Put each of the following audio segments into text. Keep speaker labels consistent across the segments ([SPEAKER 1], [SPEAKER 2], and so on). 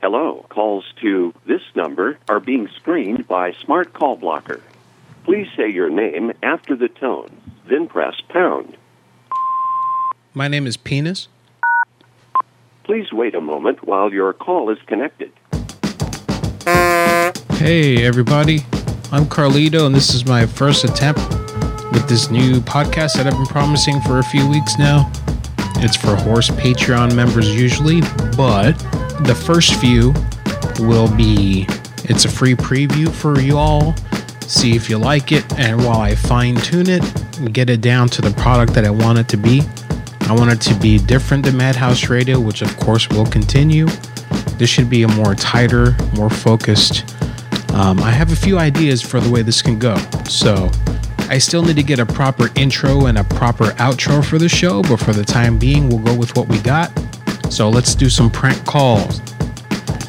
[SPEAKER 1] hello calls to this number are being screened by Smart Call Blocker. Please say your name after the tone, then press pound.
[SPEAKER 2] My name is Penis.
[SPEAKER 1] Please wait a moment while your call is connected.
[SPEAKER 2] Hey, everybody. I'm Carlito, and this is my first attempt with this new podcast that I've been promising for a few weeks now. It's for horse Patreon members usually, but the first few will be it's a free preview for you all. See if you like it, and while I fine tune it and get it down to the product that I want it to be, I want it to be different than Madhouse Radio, which of course will continue. This should be a more tighter, more focused um, I have a few ideas for the way this can go. So I still need to get a proper intro and a proper outro for the show, but for the time being, we'll go with what we got. So let's do some prank calls.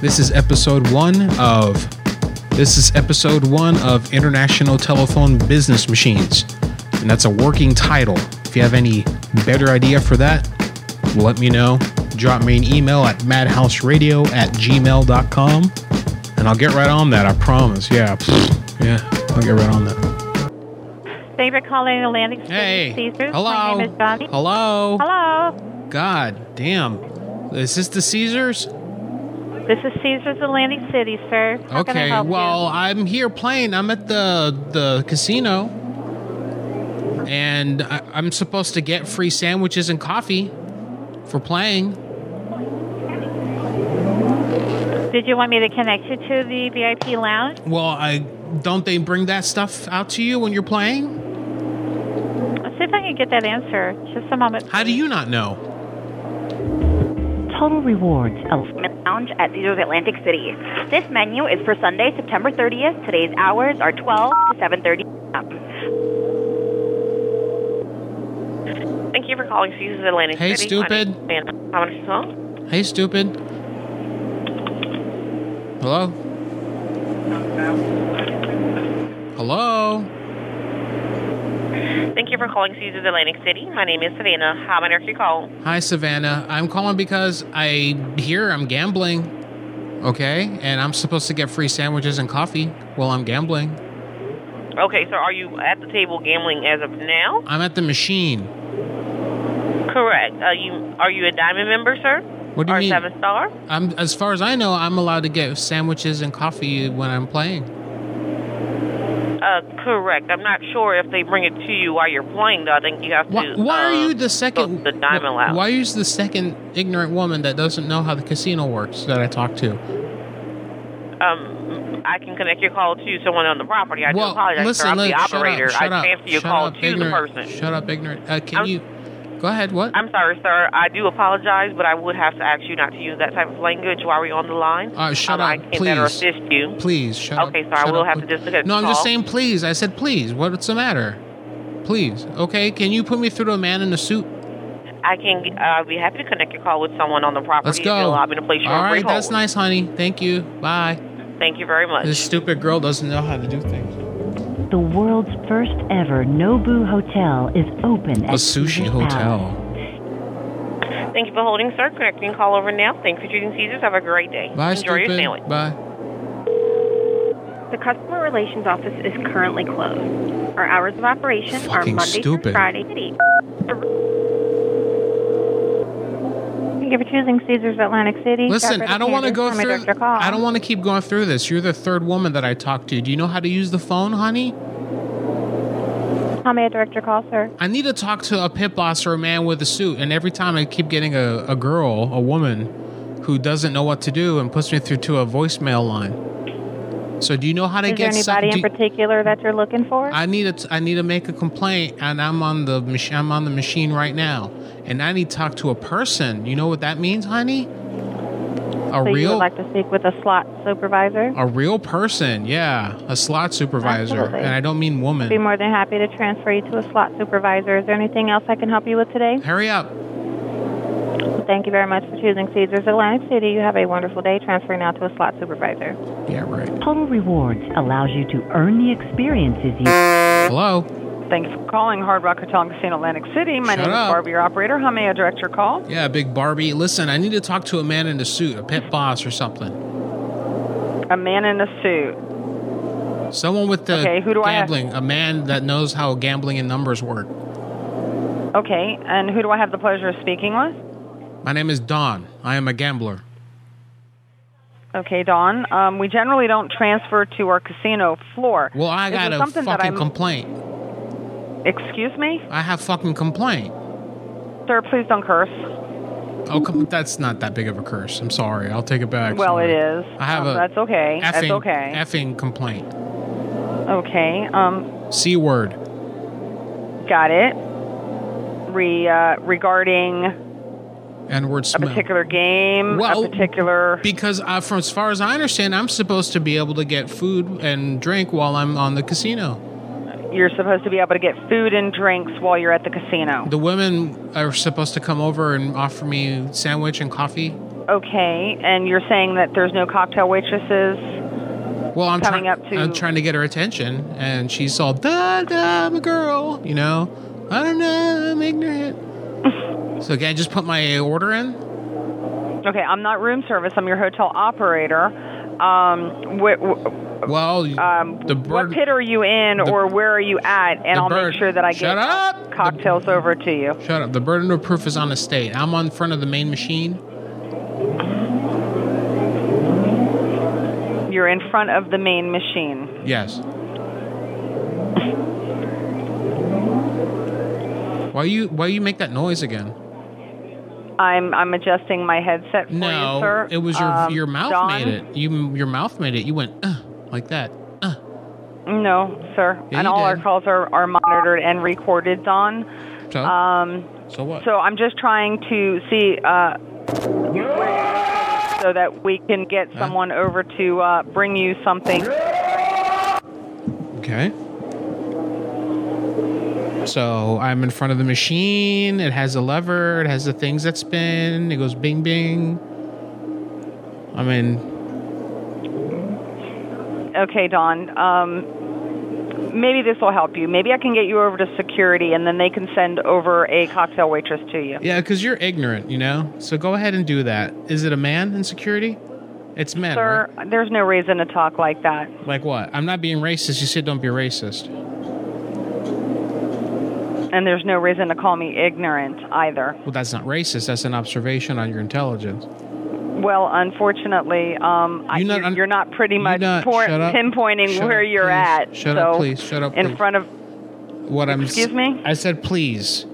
[SPEAKER 2] This is episode one of. This is episode one of International Telephone Business Machines, and that's a working title. If you have any better idea for that, let me know. Drop me an email at madhouseradio at gmail.com and I'll get right on that. I promise. Yeah, pfft, yeah, I'll get right on that.
[SPEAKER 3] Thank you for calling Atlantic City
[SPEAKER 2] Hey,
[SPEAKER 3] Caesars. My
[SPEAKER 2] hello,
[SPEAKER 3] name is Johnny.
[SPEAKER 2] hello,
[SPEAKER 3] Hello.
[SPEAKER 2] God damn, is this the Caesars?
[SPEAKER 3] This is Caesars Atlantic City, sir. How can I
[SPEAKER 2] Okay,
[SPEAKER 3] help you?
[SPEAKER 2] well, I'm here playing. I'm at the the casino, and I, I'm supposed to get free sandwiches and coffee for playing.
[SPEAKER 3] Did you want me to connect you to the VIP lounge?
[SPEAKER 2] Well, I don't they bring that stuff out to you when you're playing?
[SPEAKER 3] Let's see if I can get that answer. Just a moment.
[SPEAKER 2] How do you not know?
[SPEAKER 4] Total rewards. Oh,
[SPEAKER 5] Lounge at Caesars Atlantic City. This menu is for Sunday, September 30th. Today's hours are 12 to 7:30 p.m.
[SPEAKER 6] Thank you for calling Caesars Atlantic
[SPEAKER 2] Hey,
[SPEAKER 6] City. My
[SPEAKER 2] stupid.
[SPEAKER 6] name is Savannah. How much is home?
[SPEAKER 2] Hey, stupid. Hello. Hello.
[SPEAKER 6] Thank you for calling Caesars Atlantic City. My name is Savannah. How may I direct your call?
[SPEAKER 2] Hi, Savannah. I'm calling because I hear I'm gambling. Okay, and I'm supposed to get free sandwiches and coffee while I'm gambling.
[SPEAKER 6] Okay, so are you at the table gambling as of now?
[SPEAKER 2] I'm at the machine.
[SPEAKER 6] Correct. Are you are you a diamond member, sir?
[SPEAKER 2] What do you
[SPEAKER 6] or
[SPEAKER 2] mean?
[SPEAKER 6] seven star?
[SPEAKER 2] I'm, as far as I know, I'm allowed to get sandwiches and coffee when I'm playing.
[SPEAKER 6] Uh, correct. I'm not sure if they bring it to you while you're playing, though. I think you have to.
[SPEAKER 2] Why, why are
[SPEAKER 6] uh,
[SPEAKER 2] you the
[SPEAKER 6] go
[SPEAKER 2] second?
[SPEAKER 6] to the diamond lounge.
[SPEAKER 2] Why are you the second ignorant woman that doesn't know how the casino works that I talk to?
[SPEAKER 6] Um, I can connect your call to someone on the property. I
[SPEAKER 2] well,
[SPEAKER 6] do apologize,
[SPEAKER 2] listen,
[SPEAKER 6] sir. I'm
[SPEAKER 2] li-
[SPEAKER 6] the
[SPEAKER 2] shut
[SPEAKER 6] operator.
[SPEAKER 2] Up, shut
[SPEAKER 6] I
[SPEAKER 2] up,
[SPEAKER 6] transfer your
[SPEAKER 2] shut
[SPEAKER 6] call
[SPEAKER 2] up,
[SPEAKER 6] to the
[SPEAKER 2] ignorant,
[SPEAKER 6] person.
[SPEAKER 2] Shut up, ignorant. Uh, can
[SPEAKER 6] I'm-
[SPEAKER 2] you go ahead? What?
[SPEAKER 6] I'm sorry, sir. I do apologize, but I would have to ask you not to use that type of language while we're on the line.
[SPEAKER 2] All right, shut
[SPEAKER 6] um, I
[SPEAKER 2] up,
[SPEAKER 6] can better
[SPEAKER 2] please.
[SPEAKER 6] assist you.
[SPEAKER 2] Please shut up.
[SPEAKER 6] Okay, so I
[SPEAKER 2] shut
[SPEAKER 6] will
[SPEAKER 2] up,
[SPEAKER 6] have to
[SPEAKER 2] please.
[SPEAKER 6] disconnect
[SPEAKER 2] No, I'm
[SPEAKER 6] the
[SPEAKER 2] just
[SPEAKER 6] call.
[SPEAKER 2] saying please. I said please. What's the matter? Please. Okay, can you put me through to a man in a suit?
[SPEAKER 6] I can. uh, I'd be happy to connect your call with someone on the property.
[SPEAKER 2] Let's
[SPEAKER 6] if
[SPEAKER 2] go.
[SPEAKER 6] you'll Allow me to place you
[SPEAKER 2] All
[SPEAKER 6] on
[SPEAKER 2] right,
[SPEAKER 6] free hold.
[SPEAKER 2] that's nice, honey. Thank you. Bye.
[SPEAKER 6] Thank you very much.
[SPEAKER 2] This stupid girl doesn't know how to do things.
[SPEAKER 4] the world's first ever Nobu Hotel is open
[SPEAKER 2] A
[SPEAKER 4] at
[SPEAKER 2] sushi
[SPEAKER 4] Caesar's Palace.
[SPEAKER 2] hotel.
[SPEAKER 6] Thank you for holding, sir. Connecting call over now. Thanks for choosing Caesars. Have a great day.
[SPEAKER 2] Bye,
[SPEAKER 6] Enjoy your sandwich.
[SPEAKER 2] stupid. Bye.
[SPEAKER 7] The customer relations office is currently closed. Our hours of operation are
[SPEAKER 2] Fucking
[SPEAKER 7] Monday
[SPEAKER 2] stupid.
[SPEAKER 7] through Friday.
[SPEAKER 3] Thank you for choosing Caesars Atlantic City.
[SPEAKER 2] Listen,
[SPEAKER 3] Operator
[SPEAKER 2] I don't want to
[SPEAKER 3] Candace,
[SPEAKER 2] go
[SPEAKER 3] how may I
[SPEAKER 2] through.
[SPEAKER 3] direct your call?
[SPEAKER 2] I don't want to keep going through this. You're the third woman that I talked to. Do you know how to use the phone, honey?
[SPEAKER 3] How may I direct your call, sir?
[SPEAKER 2] I need to talk to a pit boss or a man with a suit, and every time I keep getting a, a girl, a woman, who doesn't know what to do and puts me through to a voicemail line. So do you know how to
[SPEAKER 3] Is there
[SPEAKER 2] get some-
[SPEAKER 3] anybody in
[SPEAKER 2] do-
[SPEAKER 3] particular that you're looking for?
[SPEAKER 2] I need to I need to make a complaint, and I'm on the mach- I'm on the machine right now, and I need to talk to a person. You know what that means, honey? A
[SPEAKER 3] so you
[SPEAKER 2] real
[SPEAKER 3] would like to speak with a slot supervisor?
[SPEAKER 2] a real person, yeah, a slot supervisor,
[SPEAKER 3] Absolutely.
[SPEAKER 2] and I don't mean woman.
[SPEAKER 3] Be more than happy to transfer you to a slot supervisor. Is there anything else I can help you with today?
[SPEAKER 2] Hurry up.
[SPEAKER 3] Thank you very much for choosing Caesars Atlantic City. You have a wonderful day. Transfer now to a slot supervisor.
[SPEAKER 2] Yeah, right.
[SPEAKER 4] Total rewards allows you to earn the experiences you.
[SPEAKER 2] Hello.
[SPEAKER 8] Thank you for calling Hard Rock Hotel and Casino Atlantic City. My
[SPEAKER 2] Shut
[SPEAKER 8] name
[SPEAKER 2] up.
[SPEAKER 8] is Barbie, your operator. How may I direct your call?
[SPEAKER 2] Yeah, big Barbie. Listen, I need to talk to a man in a suit, a pit boss or something.
[SPEAKER 8] A man in a suit.
[SPEAKER 2] Someone with the
[SPEAKER 8] Okay, who do I have?
[SPEAKER 2] gambling, a man that knows how gambling and numbers work.
[SPEAKER 8] Okay, and who do I have the pleasure of speaking with?
[SPEAKER 2] My name is Don. I am a gambler.
[SPEAKER 8] Okay, Don. Um, we generally don't transfer to our casino floor.
[SPEAKER 2] Well, I
[SPEAKER 8] Is
[SPEAKER 2] got
[SPEAKER 8] there
[SPEAKER 2] a
[SPEAKER 8] something
[SPEAKER 2] fucking
[SPEAKER 8] that I'm-
[SPEAKER 2] complaint.
[SPEAKER 8] Excuse me,
[SPEAKER 2] I have fucking complaint.
[SPEAKER 8] sir. Please don't curse.
[SPEAKER 2] Oh, come, that's not that big of a curse. I'm sorry. I'll take it back.
[SPEAKER 8] well,
[SPEAKER 2] sorry.
[SPEAKER 8] it is.
[SPEAKER 2] I have
[SPEAKER 8] Um,
[SPEAKER 2] a
[SPEAKER 8] That's okay.
[SPEAKER 2] Effing,
[SPEAKER 8] that's okay.
[SPEAKER 2] Effing complaint.
[SPEAKER 8] okay. Um,
[SPEAKER 2] C word.
[SPEAKER 8] got it. Re uh, regarding
[SPEAKER 2] N word
[SPEAKER 8] a
[SPEAKER 2] smell.
[SPEAKER 8] particular game,
[SPEAKER 2] Well,
[SPEAKER 8] a particular.
[SPEAKER 2] Because uh, from as far as I understand, I'm supposed to be able to get food and drink while I'm on the casino.
[SPEAKER 8] You're supposed to be able to get food and drinks while you're at the casino.
[SPEAKER 2] The women are supposed to come over and offer me sandwich and coffee.
[SPEAKER 8] Okay, and you're saying that there's no cocktail waitresses.
[SPEAKER 2] Well, I'm
[SPEAKER 8] Coming
[SPEAKER 2] trying.
[SPEAKER 8] up to-
[SPEAKER 2] I'm trying to get her attention, and she's all da da. I'm a girl, you know. I don't know. I'm ignorant. so can I just put my order in?
[SPEAKER 8] Okay, I'm not room service. I'm your hotel operator. Um, wh- wh-
[SPEAKER 2] Well,
[SPEAKER 8] um,
[SPEAKER 2] the
[SPEAKER 8] what
[SPEAKER 2] bird.
[SPEAKER 8] pit are you in,
[SPEAKER 2] the-
[SPEAKER 8] or where are you at? And
[SPEAKER 2] the
[SPEAKER 8] I'll
[SPEAKER 2] bird-
[SPEAKER 8] make sure that I
[SPEAKER 2] Shut
[SPEAKER 8] get
[SPEAKER 2] up! The-
[SPEAKER 8] cocktails over to you.
[SPEAKER 2] Shut up. The burden of proof is on the state. I'm on front of the main machine.
[SPEAKER 8] You're in front of the main machine.
[SPEAKER 2] Yes. Why you why you make that noise again?
[SPEAKER 8] I'm I'm adjusting my headset for you,
[SPEAKER 2] No,
[SPEAKER 8] sir.
[SPEAKER 2] it was your
[SPEAKER 8] Um,
[SPEAKER 2] your mouth
[SPEAKER 8] Don?
[SPEAKER 2] made it. You your mouth made it. You went uh, like that. Uh.
[SPEAKER 8] No, sir.
[SPEAKER 2] Yeah,
[SPEAKER 8] and
[SPEAKER 2] you
[SPEAKER 8] all our
[SPEAKER 2] did.
[SPEAKER 8] calls are, are monitored and recorded, Don.
[SPEAKER 2] So
[SPEAKER 8] Um,
[SPEAKER 2] so what?
[SPEAKER 8] So I'm just trying to see uh, so that we can get
[SPEAKER 2] Uh-huh.
[SPEAKER 8] someone over to uh, bring you something.
[SPEAKER 2] okay. So I'm in front of the machine. It has a lever. It has the things that spin. It goes bing bing. I mean,
[SPEAKER 8] Okay, Don. Um, maybe this will help you. Maybe I can get you over to security, and then they can send over a cocktail waitress to you.
[SPEAKER 2] yeah, because you're ignorant, you know. So go ahead and do that. Is it a man in security? It's men, right?
[SPEAKER 8] Sir, there's no reason to talk like that.
[SPEAKER 2] Like what? I'm not being racist. You said don't be racist.
[SPEAKER 8] And there's no reason to call me ignorant either.
[SPEAKER 2] Well, that's not racist. That's an observation on your intelligence.
[SPEAKER 8] Well, unfortunately, um, I,
[SPEAKER 2] You're not
[SPEAKER 8] you're,
[SPEAKER 2] un-
[SPEAKER 8] you're not pretty
[SPEAKER 2] you're
[SPEAKER 8] much
[SPEAKER 2] not-
[SPEAKER 8] point-
[SPEAKER 2] shut up.
[SPEAKER 8] pinpointing
[SPEAKER 2] Shut
[SPEAKER 8] where
[SPEAKER 2] up,
[SPEAKER 8] you're
[SPEAKER 2] please.
[SPEAKER 8] at.
[SPEAKER 2] Shut
[SPEAKER 8] so
[SPEAKER 2] up, please. Shut up,
[SPEAKER 8] In
[SPEAKER 2] please.
[SPEAKER 8] front of
[SPEAKER 2] What I'm
[SPEAKER 8] Excuse me?
[SPEAKER 2] I said please.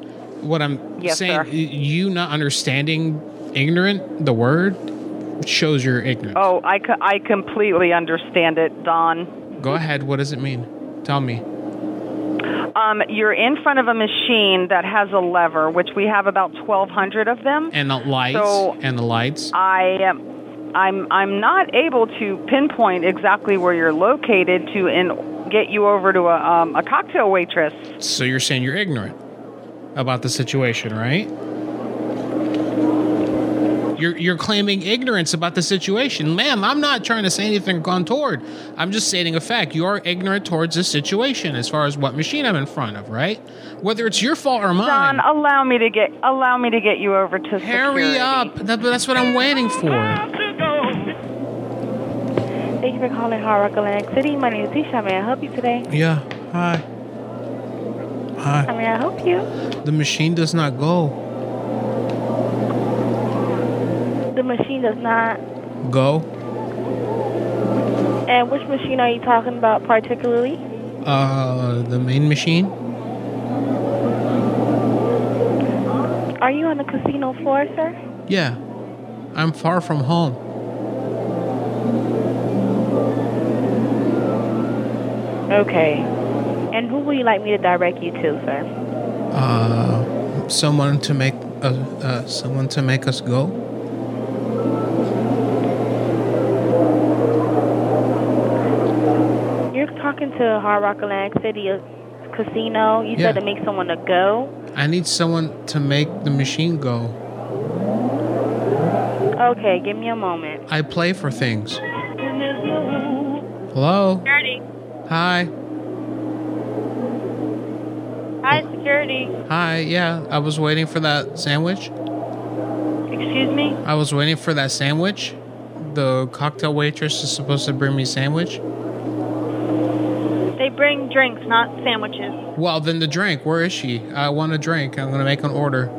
[SPEAKER 2] What I'm
[SPEAKER 8] Yes,
[SPEAKER 2] saying,
[SPEAKER 8] sir.
[SPEAKER 2] y- you not understanding ignorant the word shows your ignorance.
[SPEAKER 8] Oh, I, co- I completely understand it, Don.
[SPEAKER 2] Go ahead. What does it mean? Tell me.
[SPEAKER 8] Um, you're in front of a machine that has a lever, which we have about 1,200 of them.
[SPEAKER 2] And the lights.
[SPEAKER 8] So- uh
[SPEAKER 2] and the lights.
[SPEAKER 8] I am, I'm, I'm not able to pinpoint exactly where you're located to in, get you over to a, um, a cocktail waitress.
[SPEAKER 2] so you're saying you're ignorant about the situation, right? You're, you're claiming ignorance about the situation. Ma'am, I'm not trying to say anything untoward. I'm just stating a fact. You are ignorant towards the situation as far as what machine I'm in front of, right? Whether it's your fault or mine.
[SPEAKER 8] Don, allow me to get allow me to get you over to
[SPEAKER 2] Hurry
[SPEAKER 8] security.
[SPEAKER 2] up. That, that's what I'm waiting for.
[SPEAKER 3] Thank you for calling Hard Rock Atlantic City. My name is Tisha. How may I help you today?
[SPEAKER 2] Yeah. Hi. Hi.
[SPEAKER 3] How may I help you?
[SPEAKER 2] The machine does not go.
[SPEAKER 3] The machine does not.
[SPEAKER 2] Go.
[SPEAKER 3] And which machine are you talking about particularly?
[SPEAKER 2] Uh, the main machine?
[SPEAKER 3] Are you on the casino floor, sir?
[SPEAKER 2] Yeah. I'm far from home.
[SPEAKER 3] Okay. And who would you like me to direct you to, sir?
[SPEAKER 2] Uh, someone to make uh, uh, someone to make us go.
[SPEAKER 3] You're talking to Hard Rock Atlantic City uh, Casino. You
[SPEAKER 2] Yeah.
[SPEAKER 3] said to make someone to go.
[SPEAKER 2] I need someone to make the machine go.
[SPEAKER 3] Okay, give me a moment.
[SPEAKER 2] I play for things. Hello.
[SPEAKER 7] Security.
[SPEAKER 2] Hi.
[SPEAKER 7] Hi, security.
[SPEAKER 2] Hi. Yeah, I was waiting for that sandwich.
[SPEAKER 7] Excuse me?
[SPEAKER 2] I was waiting for that sandwich the cocktail waitress is supposed to bring me sandwich?
[SPEAKER 9] They bring drinks, not sandwiches.
[SPEAKER 2] Well, then the drink. Where is she? I want a drink. I'm gonna make an order.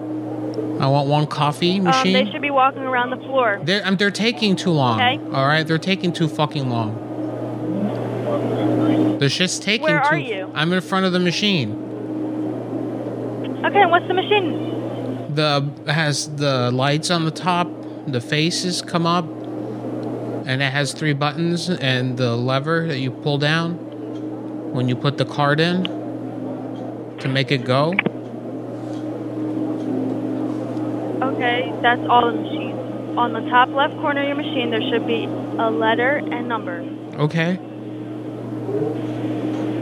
[SPEAKER 2] I want one coffee
[SPEAKER 9] Um,
[SPEAKER 2] machine.
[SPEAKER 9] they should be walking around the floor.
[SPEAKER 2] They're, um, they're taking too long.
[SPEAKER 9] Okay.
[SPEAKER 2] All right, they're taking too fucking long. The shit's taking
[SPEAKER 9] Where
[SPEAKER 2] too.
[SPEAKER 9] are you?
[SPEAKER 2] I'm in front of the machine.
[SPEAKER 9] Okay, what's the machine?
[SPEAKER 2] The has the lights on the top. The faces come up, and it has three buttons and the lever that you pull down when you put the card in to make it go.
[SPEAKER 9] Okay, that's all the machines. On the top left corner of your machine, there should be a letter and number.
[SPEAKER 2] Okay.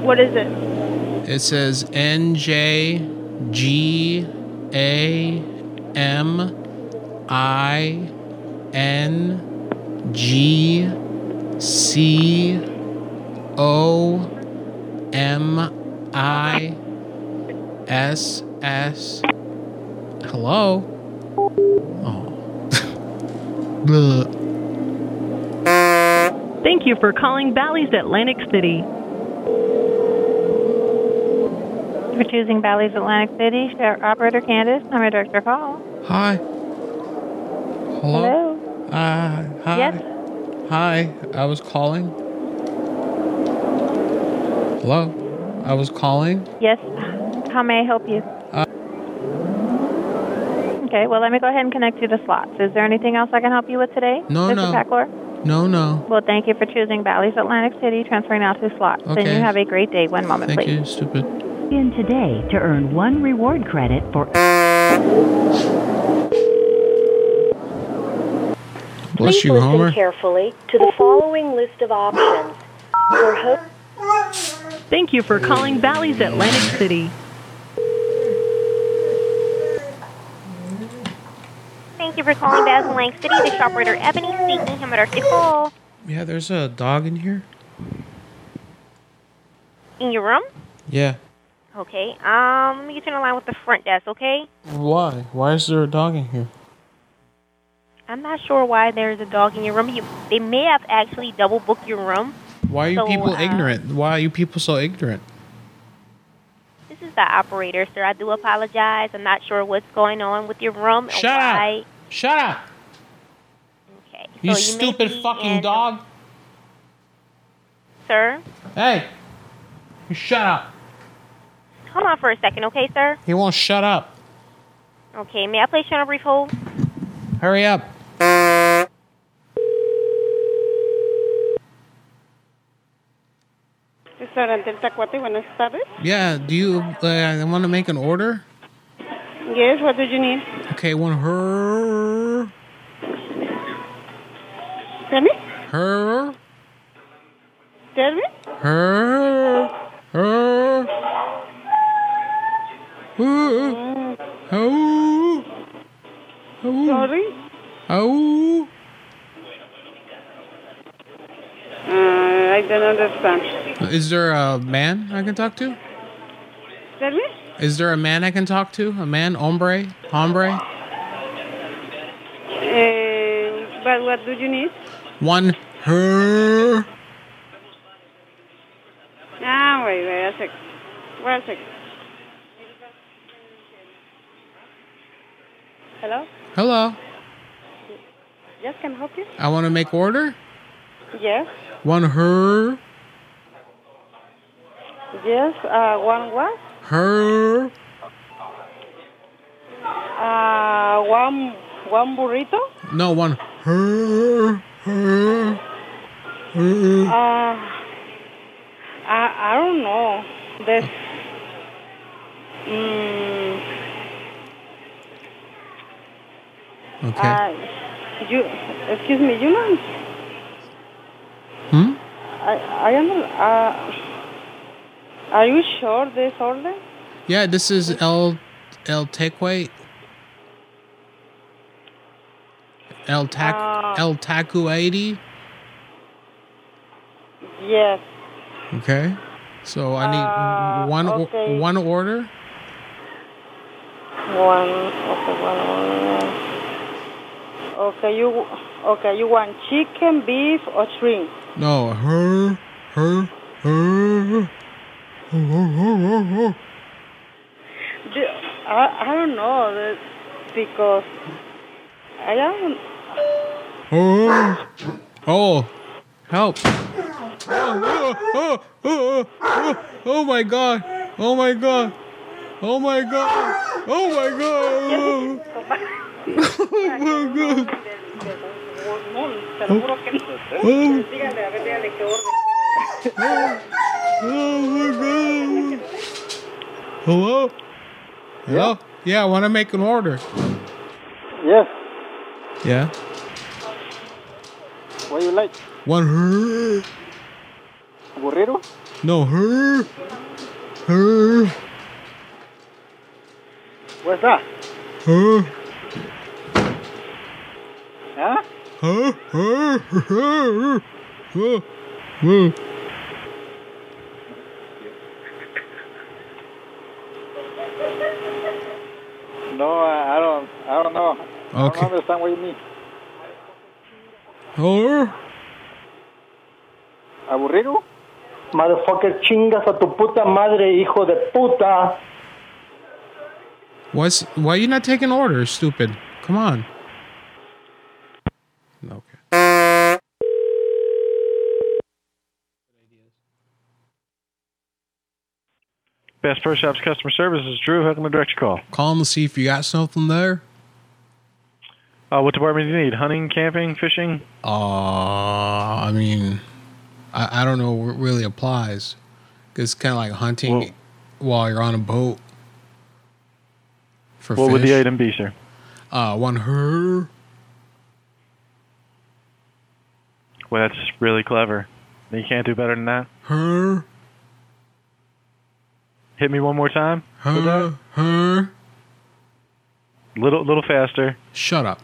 [SPEAKER 9] What is it?
[SPEAKER 2] It says N J G A M I N G C O M I S S. Hello? Oh. Bleh.
[SPEAKER 10] Thank you for calling Bally's Atlantic City.
[SPEAKER 3] For choosing Bally's Atlantic City, Sheriff Operator Candace, I'm your director call.
[SPEAKER 2] Hi. Hello?
[SPEAKER 3] Hello.
[SPEAKER 2] Uh, hi.
[SPEAKER 3] Yes.
[SPEAKER 2] Hi, I was calling. Hello, I was calling.
[SPEAKER 3] Yes. How may I help you?
[SPEAKER 2] Uh,
[SPEAKER 3] Okay, well, let me go ahead and connect you to slots. Is there anything else I can help you with today?
[SPEAKER 2] No,
[SPEAKER 3] Mr.
[SPEAKER 2] no.
[SPEAKER 3] Packlor?
[SPEAKER 2] no, no.
[SPEAKER 3] Well, thank you for choosing Bally's Atlantic City, transferring out to slots. Then
[SPEAKER 4] Okay.
[SPEAKER 3] you have a great day. One moment,
[SPEAKER 4] Thank
[SPEAKER 3] please.
[SPEAKER 4] you.
[SPEAKER 2] Stupid.
[SPEAKER 4] In today to earn one reward credit for.
[SPEAKER 2] Bless you,
[SPEAKER 11] Listen
[SPEAKER 2] Homer.
[SPEAKER 11] carefully to the following list of options. For ho-
[SPEAKER 10] Thank you for calling Bally's Atlantic City.
[SPEAKER 12] Thank you for calling Basil Lang City. The shop operator Ebony speaking. How may I direct your call?
[SPEAKER 2] Yeah, there's a dog in here.
[SPEAKER 12] In your room?
[SPEAKER 2] Yeah.
[SPEAKER 12] Okay. Um, let me get you in line with the front desk, okay?
[SPEAKER 2] Why? Why is there a dog in here?
[SPEAKER 12] I'm not sure why there's a dog in your room. You, they may have actually double booked your room.
[SPEAKER 2] Why are you
[SPEAKER 12] So,
[SPEAKER 2] people
[SPEAKER 12] uh,
[SPEAKER 2] ignorant? Why are you people so ignorant?
[SPEAKER 12] This is the operator, sir. I do apologize. I'm not sure what's going on with your room.
[SPEAKER 2] Shut up.
[SPEAKER 12] um, why.
[SPEAKER 2] Shut up!
[SPEAKER 12] Okay.
[SPEAKER 2] You
[SPEAKER 12] so you may
[SPEAKER 2] stupid
[SPEAKER 12] be
[SPEAKER 2] fucking
[SPEAKER 12] in-
[SPEAKER 2] dog.
[SPEAKER 12] Sir,
[SPEAKER 2] Hey, you shut up.
[SPEAKER 12] hold on for a second, okay, sir?
[SPEAKER 2] He won't shut up.
[SPEAKER 12] Okay. May I place you on a brief hold?
[SPEAKER 2] Hurry up.
[SPEAKER 13] Restaurante El Tacuate, buenas tardes.
[SPEAKER 2] Yeah, do you uh, want to make an order?
[SPEAKER 13] Yes, what do you need?
[SPEAKER 2] Okay, one her.
[SPEAKER 13] Tell me,
[SPEAKER 2] Her.
[SPEAKER 13] tell me.
[SPEAKER 2] Her. Her. Ooh. Ooh. Ooh.
[SPEAKER 13] Sorry.
[SPEAKER 2] Ooh.
[SPEAKER 13] Uh, I don't understand.
[SPEAKER 2] Is there a man I can talk to?
[SPEAKER 13] Tell me,
[SPEAKER 2] Is there a man I can talk to? A man? Hombre? Hombre?
[SPEAKER 13] uh, but what do you need?
[SPEAKER 2] One her.
[SPEAKER 13] Ah, wait, wait a sec. Wait a sec. Hello?
[SPEAKER 2] Hello.
[SPEAKER 13] Yes, can I help you?
[SPEAKER 2] I want to make order.
[SPEAKER 13] Yes,
[SPEAKER 2] One her.
[SPEAKER 13] yes, uh, one what?
[SPEAKER 2] Her.
[SPEAKER 13] Uh, one, one burrito?
[SPEAKER 2] No, one her. Her.
[SPEAKER 13] Uh,
[SPEAKER 2] Her.
[SPEAKER 13] I, I don't know. This, mm,
[SPEAKER 2] Okay.
[SPEAKER 13] Uh, you, excuse me, you know,
[SPEAKER 2] Hmm?
[SPEAKER 13] I, I am, uh, are you sure this order?
[SPEAKER 2] Yeah, this is El El Teque. El Tac
[SPEAKER 13] Ah.
[SPEAKER 2] El Taku eighty.
[SPEAKER 13] Yes.
[SPEAKER 2] Okay. So I need
[SPEAKER 13] Ah,
[SPEAKER 2] one o-
[SPEAKER 13] okay.
[SPEAKER 2] one order.
[SPEAKER 13] One, okay, one, one. Okay, you okay? You want chicken, beef, or shrimp?
[SPEAKER 2] No, her, her, her.
[SPEAKER 13] Do, I, I don't know that- because I am.
[SPEAKER 2] Oh, oh, help!
[SPEAKER 14] oh, oh, oh, oh my god! Oh my god! Oh my god! Oh my god! Oh my god!
[SPEAKER 2] Hello? Hello? Yeah, I want to make an order.
[SPEAKER 15] Yes.
[SPEAKER 2] Yeah?
[SPEAKER 15] What you like?
[SPEAKER 2] One her.
[SPEAKER 15] Burrito?
[SPEAKER 2] No, her. Her.
[SPEAKER 15] What's that?
[SPEAKER 2] Her.
[SPEAKER 15] Huh?
[SPEAKER 2] Her. Her. Her. Her. Her.
[SPEAKER 15] No, I I don't. I don't know. I
[SPEAKER 2] Okay.
[SPEAKER 15] don't understand what you mean.
[SPEAKER 2] Her.
[SPEAKER 15] Aburrido?
[SPEAKER 16] Motherfucker, chingas a tu puta madre, hijo de puta.
[SPEAKER 2] What's, why you not taking orders, stupid? Come on.
[SPEAKER 17] Best Pro Shops customer service is Drew. How can I direct your call?
[SPEAKER 2] Call them and see if you got something there.
[SPEAKER 17] Uh, what department do you need? Hunting, camping, fishing?
[SPEAKER 2] Uh, I mean, I, I don't know what really applies. 'Cause It's kind of like hunting while you're on a boat. For
[SPEAKER 17] what would the
[SPEAKER 2] fish.
[SPEAKER 17] item be, sir?
[SPEAKER 2] Uh, one her.
[SPEAKER 17] Well, that's really clever. You can't do better than that.
[SPEAKER 2] Her.
[SPEAKER 17] Hit me one more time. with that.
[SPEAKER 2] Her. Her.
[SPEAKER 17] Little, little faster.
[SPEAKER 2] Shut up.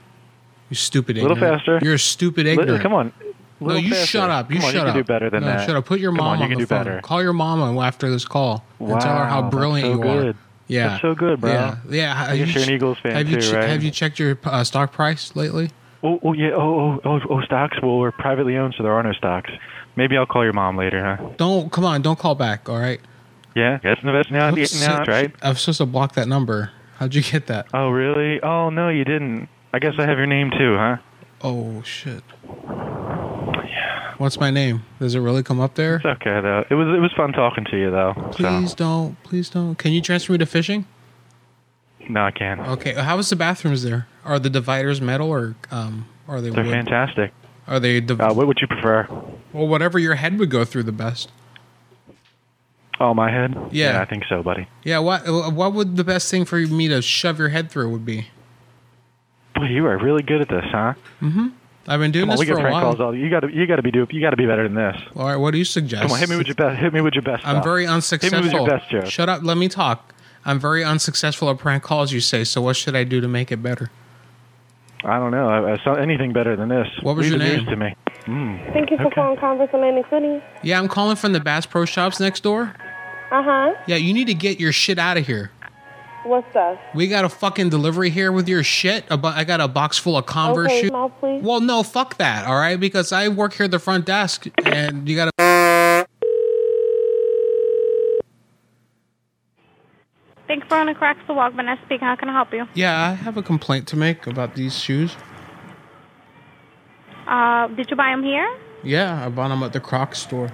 [SPEAKER 2] You stupid
[SPEAKER 17] Little
[SPEAKER 2] ignorant.
[SPEAKER 17] faster.
[SPEAKER 2] You're a stupid
[SPEAKER 17] Little-
[SPEAKER 2] ignorant.
[SPEAKER 17] come on.
[SPEAKER 2] No,
[SPEAKER 17] Little
[SPEAKER 2] you
[SPEAKER 17] faster.
[SPEAKER 2] shut up. You
[SPEAKER 17] Come on,
[SPEAKER 2] shut
[SPEAKER 17] you
[SPEAKER 2] up.
[SPEAKER 17] can do better than
[SPEAKER 2] no,
[SPEAKER 17] that.
[SPEAKER 2] Shut up. Put your
[SPEAKER 17] Come
[SPEAKER 2] mom
[SPEAKER 17] on, you
[SPEAKER 2] on
[SPEAKER 17] can
[SPEAKER 2] the
[SPEAKER 17] do
[SPEAKER 2] phone.
[SPEAKER 17] better.
[SPEAKER 2] Call your mama after this call and tell her
[SPEAKER 17] Wow,
[SPEAKER 2] how
[SPEAKER 17] that's
[SPEAKER 2] brilliant
[SPEAKER 17] so
[SPEAKER 2] you
[SPEAKER 17] good.
[SPEAKER 2] are. Yeah.
[SPEAKER 17] That's so good, bro.
[SPEAKER 2] Yeah. Yeah. Have
[SPEAKER 17] I guess
[SPEAKER 2] you
[SPEAKER 17] you're an
[SPEAKER 2] ch-
[SPEAKER 17] Eagles fan
[SPEAKER 2] have you
[SPEAKER 17] too,
[SPEAKER 2] che-
[SPEAKER 17] right?
[SPEAKER 2] Have you checked your uh, stock price lately?
[SPEAKER 17] Oh, oh yeah. Oh, oh, oh, oh, stocks. Well, we're privately owned, so there are no stocks. Maybe I'll call your mom later, huh?
[SPEAKER 2] Don't come on. Don't call back. All right.
[SPEAKER 17] Yeah, that's an investment.
[SPEAKER 2] I'm
[SPEAKER 17] Now,
[SPEAKER 2] so-
[SPEAKER 17] right?
[SPEAKER 2] I'm supposed to block that number. How'd you get that?
[SPEAKER 17] Oh, really? Oh, no, you didn't. I guess I have your name too, huh?
[SPEAKER 2] Oh shit. What's my name? Does it really come up there?
[SPEAKER 17] It's okay though. It was it was fun talking to you though.
[SPEAKER 2] Please don't. Please don't. Can you transfer me to fishing?
[SPEAKER 17] So no, I can't.
[SPEAKER 2] Okay. How is the bathrooms there? Are the dividers metal or um are they
[SPEAKER 17] They're
[SPEAKER 2] wood?
[SPEAKER 17] fantastic.
[SPEAKER 2] Are they? Div-
[SPEAKER 17] uh, what would you prefer?
[SPEAKER 2] Well, whatever your head would go through the best.
[SPEAKER 17] Oh, my head.
[SPEAKER 2] Yeah.
[SPEAKER 17] I think so, buddy.
[SPEAKER 2] Yeah. What uh, What would the best thing for me to shove your head through would be?
[SPEAKER 17] Boy, you are really good at this, huh?
[SPEAKER 2] Mm-hmm. I've been doing
[SPEAKER 17] Come on, we
[SPEAKER 2] this
[SPEAKER 17] get
[SPEAKER 2] for a
[SPEAKER 17] prank
[SPEAKER 2] while.
[SPEAKER 17] calls all. You got to you got to be do you got to be better than this.
[SPEAKER 2] All right. What do you suggest?
[SPEAKER 17] Come on, hit me with your best. Hit me with your best.
[SPEAKER 2] I'm
[SPEAKER 17] stuff.
[SPEAKER 2] very unsuccessful.
[SPEAKER 17] Hit me with your best joke.
[SPEAKER 2] Shut up. Let me talk. I'm very unsuccessful at prank calls, you say. So what should I do to make it better?
[SPEAKER 17] I don't know. I, I saw anything better than this.
[SPEAKER 2] What was your
[SPEAKER 17] Read the
[SPEAKER 2] name?
[SPEAKER 17] News to me. Mm.
[SPEAKER 9] Thank you for calling Conference Atlantic City.
[SPEAKER 2] Yeah, I'm calling from the Bass Pro Shops next door.
[SPEAKER 9] Uh huh.
[SPEAKER 2] Yeah, you need to get your shit out of here.
[SPEAKER 9] What's that?
[SPEAKER 2] We got a fucking delivery here with your shit. A bu- I got a box full of Converse
[SPEAKER 9] okay,
[SPEAKER 2] shoes.
[SPEAKER 9] mouth, please.
[SPEAKER 2] Well, no, fuck that, all right? Because I work here at the front desk, and you gotta.
[SPEAKER 18] Thanks for on the cracks to walk, Vanessa speaking. How can I help you?
[SPEAKER 2] Yeah, I have a complaint to make about these shoes.
[SPEAKER 18] Uh, did you buy them here?
[SPEAKER 2] Yeah, I bought them at the Crocs store.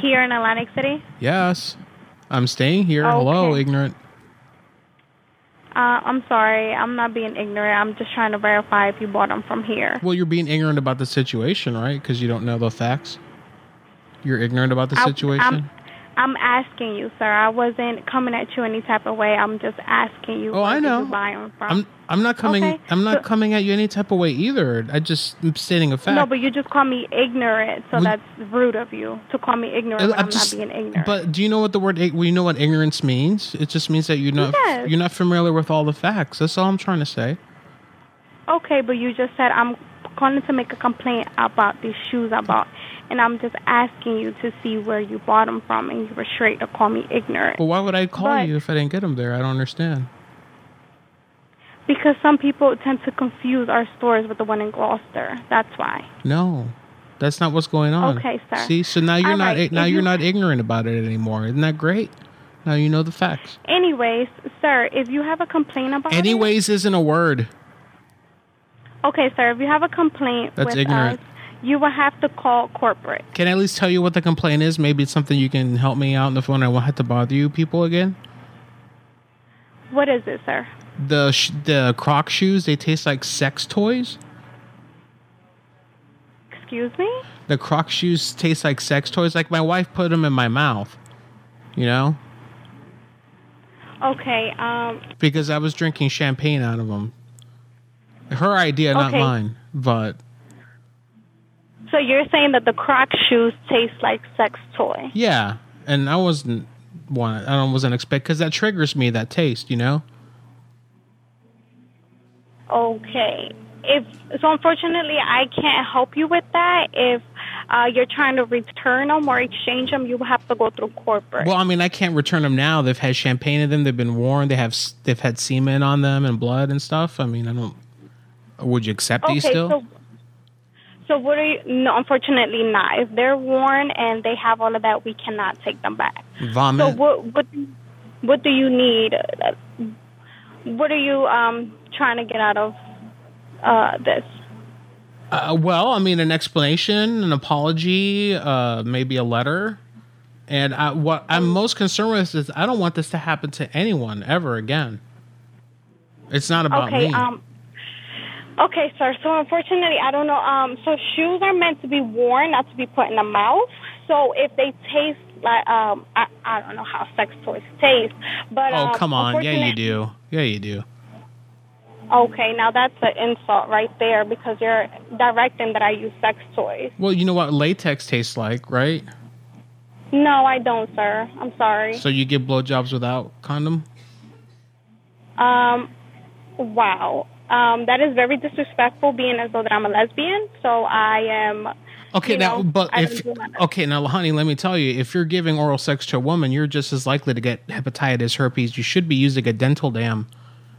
[SPEAKER 18] Here in Atlantic City?
[SPEAKER 2] Yes, I'm staying here.
[SPEAKER 18] Oh,
[SPEAKER 2] Hello, ignorant.
[SPEAKER 18] Uh, I'm sorry. I'm not being ignorant. I'm just trying to verify if you bought them from here.
[SPEAKER 2] Well, you're being ignorant about the situation, right? Because you don't know the facts. You're ignorant about the
[SPEAKER 18] I-
[SPEAKER 2] situation.
[SPEAKER 18] Oh, I'm, I'm asking you, sir. I wasn't coming at you any type of way. I'm just asking you.
[SPEAKER 2] Oh, I know.
[SPEAKER 18] Did you buy 'em from?
[SPEAKER 2] I'm I'm not coming.
[SPEAKER 18] Okay,
[SPEAKER 2] I'm not
[SPEAKER 18] so-
[SPEAKER 2] coming at you any type of way either. I just am stating a fact.
[SPEAKER 18] No, but you just call me ignorant, so
[SPEAKER 2] Well-
[SPEAKER 18] that's rude of you to call me ignorant.
[SPEAKER 2] I'm
[SPEAKER 18] when I'm
[SPEAKER 2] just-
[SPEAKER 18] not being ignorant.
[SPEAKER 2] But do you know what the word? ig- Well, you know what ignorance means. It just means that you're not
[SPEAKER 18] Yes.
[SPEAKER 2] you're not familiar with all the facts. That's all I'm trying to say.
[SPEAKER 18] Okay, but you just said I'm calling to make a complaint about these shoes I bought, and I'm just asking you to see where you bought them from, and you were straight to call me ignorant.
[SPEAKER 2] But why would I call
[SPEAKER 18] But-
[SPEAKER 2] you if I didn't get them there? I don't understand.
[SPEAKER 18] Because some people tend to confuse our stores with the one in Gloucester. That's why.
[SPEAKER 2] No, that's not what's going on.
[SPEAKER 18] Okay, sir.
[SPEAKER 2] See, so now you're
[SPEAKER 18] All
[SPEAKER 2] not
[SPEAKER 18] right,
[SPEAKER 2] now
[SPEAKER 18] if
[SPEAKER 2] you're
[SPEAKER 18] you-
[SPEAKER 2] not ignorant about it anymore. Isn't that great? Now you know the facts.
[SPEAKER 18] Anyways, sir, if you have a complaint about
[SPEAKER 2] Anyways isn't a word.
[SPEAKER 18] Okay, sir, if you have a complaint
[SPEAKER 2] That's
[SPEAKER 18] with
[SPEAKER 2] ignorant.
[SPEAKER 18] us, you will have to call corporate.
[SPEAKER 2] Can I at least tell you what the complaint is? Maybe it's something you can help me out on the phone. I won't have to bother you people again.
[SPEAKER 18] What is it, sir?
[SPEAKER 2] The sh- the Croc shoes they taste like sex toys.
[SPEAKER 18] Excuse me?
[SPEAKER 2] The Croc shoes taste like sex toys. Like my wife put them in my mouth. You know,
[SPEAKER 18] Okay, um
[SPEAKER 2] because I was drinking champagne out of them. Her idea, not
[SPEAKER 18] Okay.
[SPEAKER 2] mine. But
[SPEAKER 18] so you're saying that the Croc shoes taste like sex toy.
[SPEAKER 2] Yeah, and I wasn't one. I don't- wasn't expect because that triggers me that taste. You know.
[SPEAKER 18] Okay. If so, unfortunately, I can't help you with that. If uh, you're trying to return them or exchange them, you will have to go through corporate.
[SPEAKER 2] Well, I mean, I can't return them now. They've had champagne in them. They've been worn. They have. s- They've had semen on them and blood and stuff. I mean, I don't. Would you accept
[SPEAKER 18] okay,
[SPEAKER 2] these still?
[SPEAKER 18] so so what are you? No, unfortunately, not. If they're worn and they have all of that, we cannot take them back. So
[SPEAKER 2] Vomit.
[SPEAKER 18] what what what do you need? Uh, What are you um trying to get out of uh this?
[SPEAKER 2] uh, well, I mean, an explanation, an apology, uh, maybe a letter. And I, what I'm most concerned with is I don't want this to happen to anyone ever again. It's not about
[SPEAKER 18] okay,
[SPEAKER 2] me.
[SPEAKER 18] um Okay, sir. So unfortunately, I don't know. Um, so shoes are meant to be worn, not to be put in the mouth. So if they taste like, um, I, I don't know how sex toys taste, but
[SPEAKER 2] oh
[SPEAKER 18] um,
[SPEAKER 2] come on! Yeah, you
[SPEAKER 18] unfortunate-
[SPEAKER 2] do. Yeah, you do.
[SPEAKER 18] Okay, now that's an insult right there because you're directing that I use sex toys.
[SPEAKER 2] Well, you know what latex tastes like, right?
[SPEAKER 18] No, I don't, sir. I'm sorry.
[SPEAKER 2] So you get blowjobs without condom?
[SPEAKER 18] Um, wow. Um, that is very disrespectful, being as though that I'm a lesbian. So I am.
[SPEAKER 2] Okay,
[SPEAKER 18] you
[SPEAKER 2] now,
[SPEAKER 18] know,
[SPEAKER 2] but
[SPEAKER 18] I
[SPEAKER 2] if
[SPEAKER 18] don't do that.
[SPEAKER 2] okay, now, honey, let me tell you, if you're giving oral sex to a woman, you're just as likely to get hepatitis, herpes. You should be using a dental dam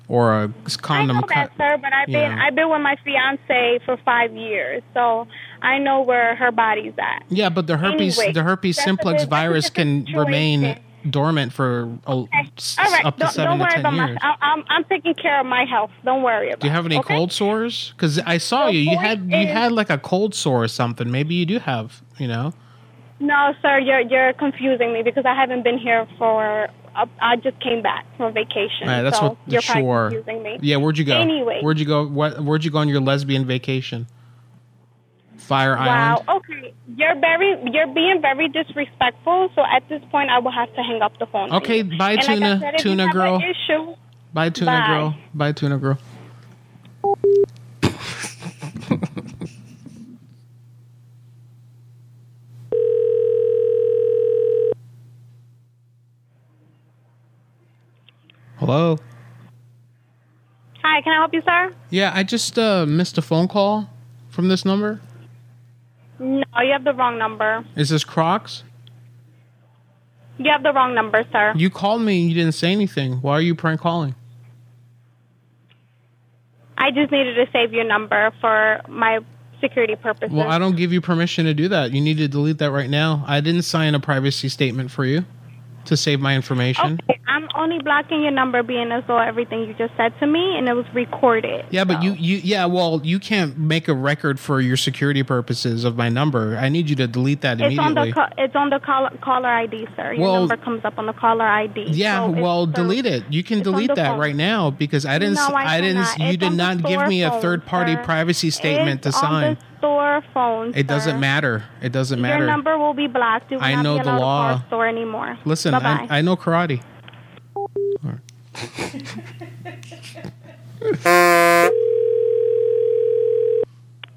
[SPEAKER 2] or a s- condom.
[SPEAKER 18] I know that,
[SPEAKER 2] cut.
[SPEAKER 18] sir, but I've been
[SPEAKER 2] Yeah.
[SPEAKER 18] I've been with my fiance for five years, so I know where her body's at.
[SPEAKER 2] Yeah, but the herpes,
[SPEAKER 18] Anyway,
[SPEAKER 2] the herpes
[SPEAKER 18] that's a
[SPEAKER 2] simplex
[SPEAKER 18] bit- that's a
[SPEAKER 2] virus can
[SPEAKER 18] different
[SPEAKER 2] remain
[SPEAKER 18] situation.
[SPEAKER 2] dormant for a, s-
[SPEAKER 18] All right,
[SPEAKER 2] up to
[SPEAKER 18] don't,
[SPEAKER 2] 7
[SPEAKER 18] don't worry
[SPEAKER 2] to
[SPEAKER 18] about
[SPEAKER 2] ten
[SPEAKER 18] my.
[SPEAKER 2] years.
[SPEAKER 18] I, I'm I'm taking care of my health. Don't worry about.
[SPEAKER 2] do you have any
[SPEAKER 18] it, okay?
[SPEAKER 2] cold sores? Because I saw you. You had you
[SPEAKER 18] is-
[SPEAKER 2] had like a cold sore or something. Maybe you do have. You know.
[SPEAKER 18] No, sir, you're you're confusing me because I haven't been here for. I, I just came back from vacation.
[SPEAKER 2] All right, that's
[SPEAKER 18] so
[SPEAKER 2] what.
[SPEAKER 18] you're probably
[SPEAKER 2] sure.
[SPEAKER 18] confusing me.
[SPEAKER 2] Yeah, where'd you go?
[SPEAKER 18] Anyway,
[SPEAKER 2] where'd you go? What? Where'd you go on your lesbian vacation? Fire
[SPEAKER 18] Wow.
[SPEAKER 2] Island.
[SPEAKER 18] Okay. You're very. You're being very disrespectful. So at this point, I will have to hang up the phone. on
[SPEAKER 2] Okay,
[SPEAKER 18] you.
[SPEAKER 2] bye,
[SPEAKER 18] And like I
[SPEAKER 2] tuna-
[SPEAKER 18] said, if you
[SPEAKER 2] tuna
[SPEAKER 18] have an
[SPEAKER 2] girl.
[SPEAKER 18] issue-
[SPEAKER 2] Bye, tuna
[SPEAKER 18] Bye.
[SPEAKER 2] girl. Bye, tuna girl. Hello.
[SPEAKER 18] Hi. Can I help you, sir?
[SPEAKER 2] Yeah, I just uh, missed a phone call from this number.
[SPEAKER 18] No, you have the wrong number.
[SPEAKER 2] Is this Crocs?
[SPEAKER 18] You have the wrong number, sir.
[SPEAKER 2] You called me. and You didn't say anything. Why are you prank calling?
[SPEAKER 18] I just needed to save your number for my security purposes.
[SPEAKER 2] Well, I don't give you permission to do that. You need to delete that right now. I didn't sign a privacy statement for you to save my information.
[SPEAKER 18] Okay, I'm only blocking your number being as though everything you just said to me and it was recorded.
[SPEAKER 2] Yeah, but you, you, yeah, well, you can't make a record for your security purposes of my number. I need you to delete that
[SPEAKER 18] It's on the
[SPEAKER 2] immediately.
[SPEAKER 18] ca- it's on the call- caller ID, sir. Your
[SPEAKER 2] Well-
[SPEAKER 18] number comes up on the caller ID.
[SPEAKER 2] yeah,
[SPEAKER 18] So it's-
[SPEAKER 2] well,
[SPEAKER 18] so-
[SPEAKER 2] delete it. You can
[SPEAKER 18] it's on
[SPEAKER 2] delete
[SPEAKER 18] the
[SPEAKER 2] that
[SPEAKER 18] phone.
[SPEAKER 2] right now because I didn't,
[SPEAKER 18] No,
[SPEAKER 2] s-
[SPEAKER 18] I
[SPEAKER 2] didn't,
[SPEAKER 18] cannot.
[SPEAKER 2] you
[SPEAKER 18] It's
[SPEAKER 2] did
[SPEAKER 18] on the
[SPEAKER 2] not give me a
[SPEAKER 18] store
[SPEAKER 2] third party
[SPEAKER 18] phone,
[SPEAKER 2] privacy statement to
[SPEAKER 18] It's on
[SPEAKER 2] sign.
[SPEAKER 18] the store phone.
[SPEAKER 2] It
[SPEAKER 18] sir.
[SPEAKER 2] doesn't matter. It doesn't
[SPEAKER 18] Your
[SPEAKER 2] matter.
[SPEAKER 18] number will be blocked. You will
[SPEAKER 2] I
[SPEAKER 18] not
[SPEAKER 2] know
[SPEAKER 18] be
[SPEAKER 2] the
[SPEAKER 18] allowed to call
[SPEAKER 2] law.
[SPEAKER 18] our store anymore.
[SPEAKER 2] Listen,
[SPEAKER 18] Bye-bye.
[SPEAKER 2] I, I know karate.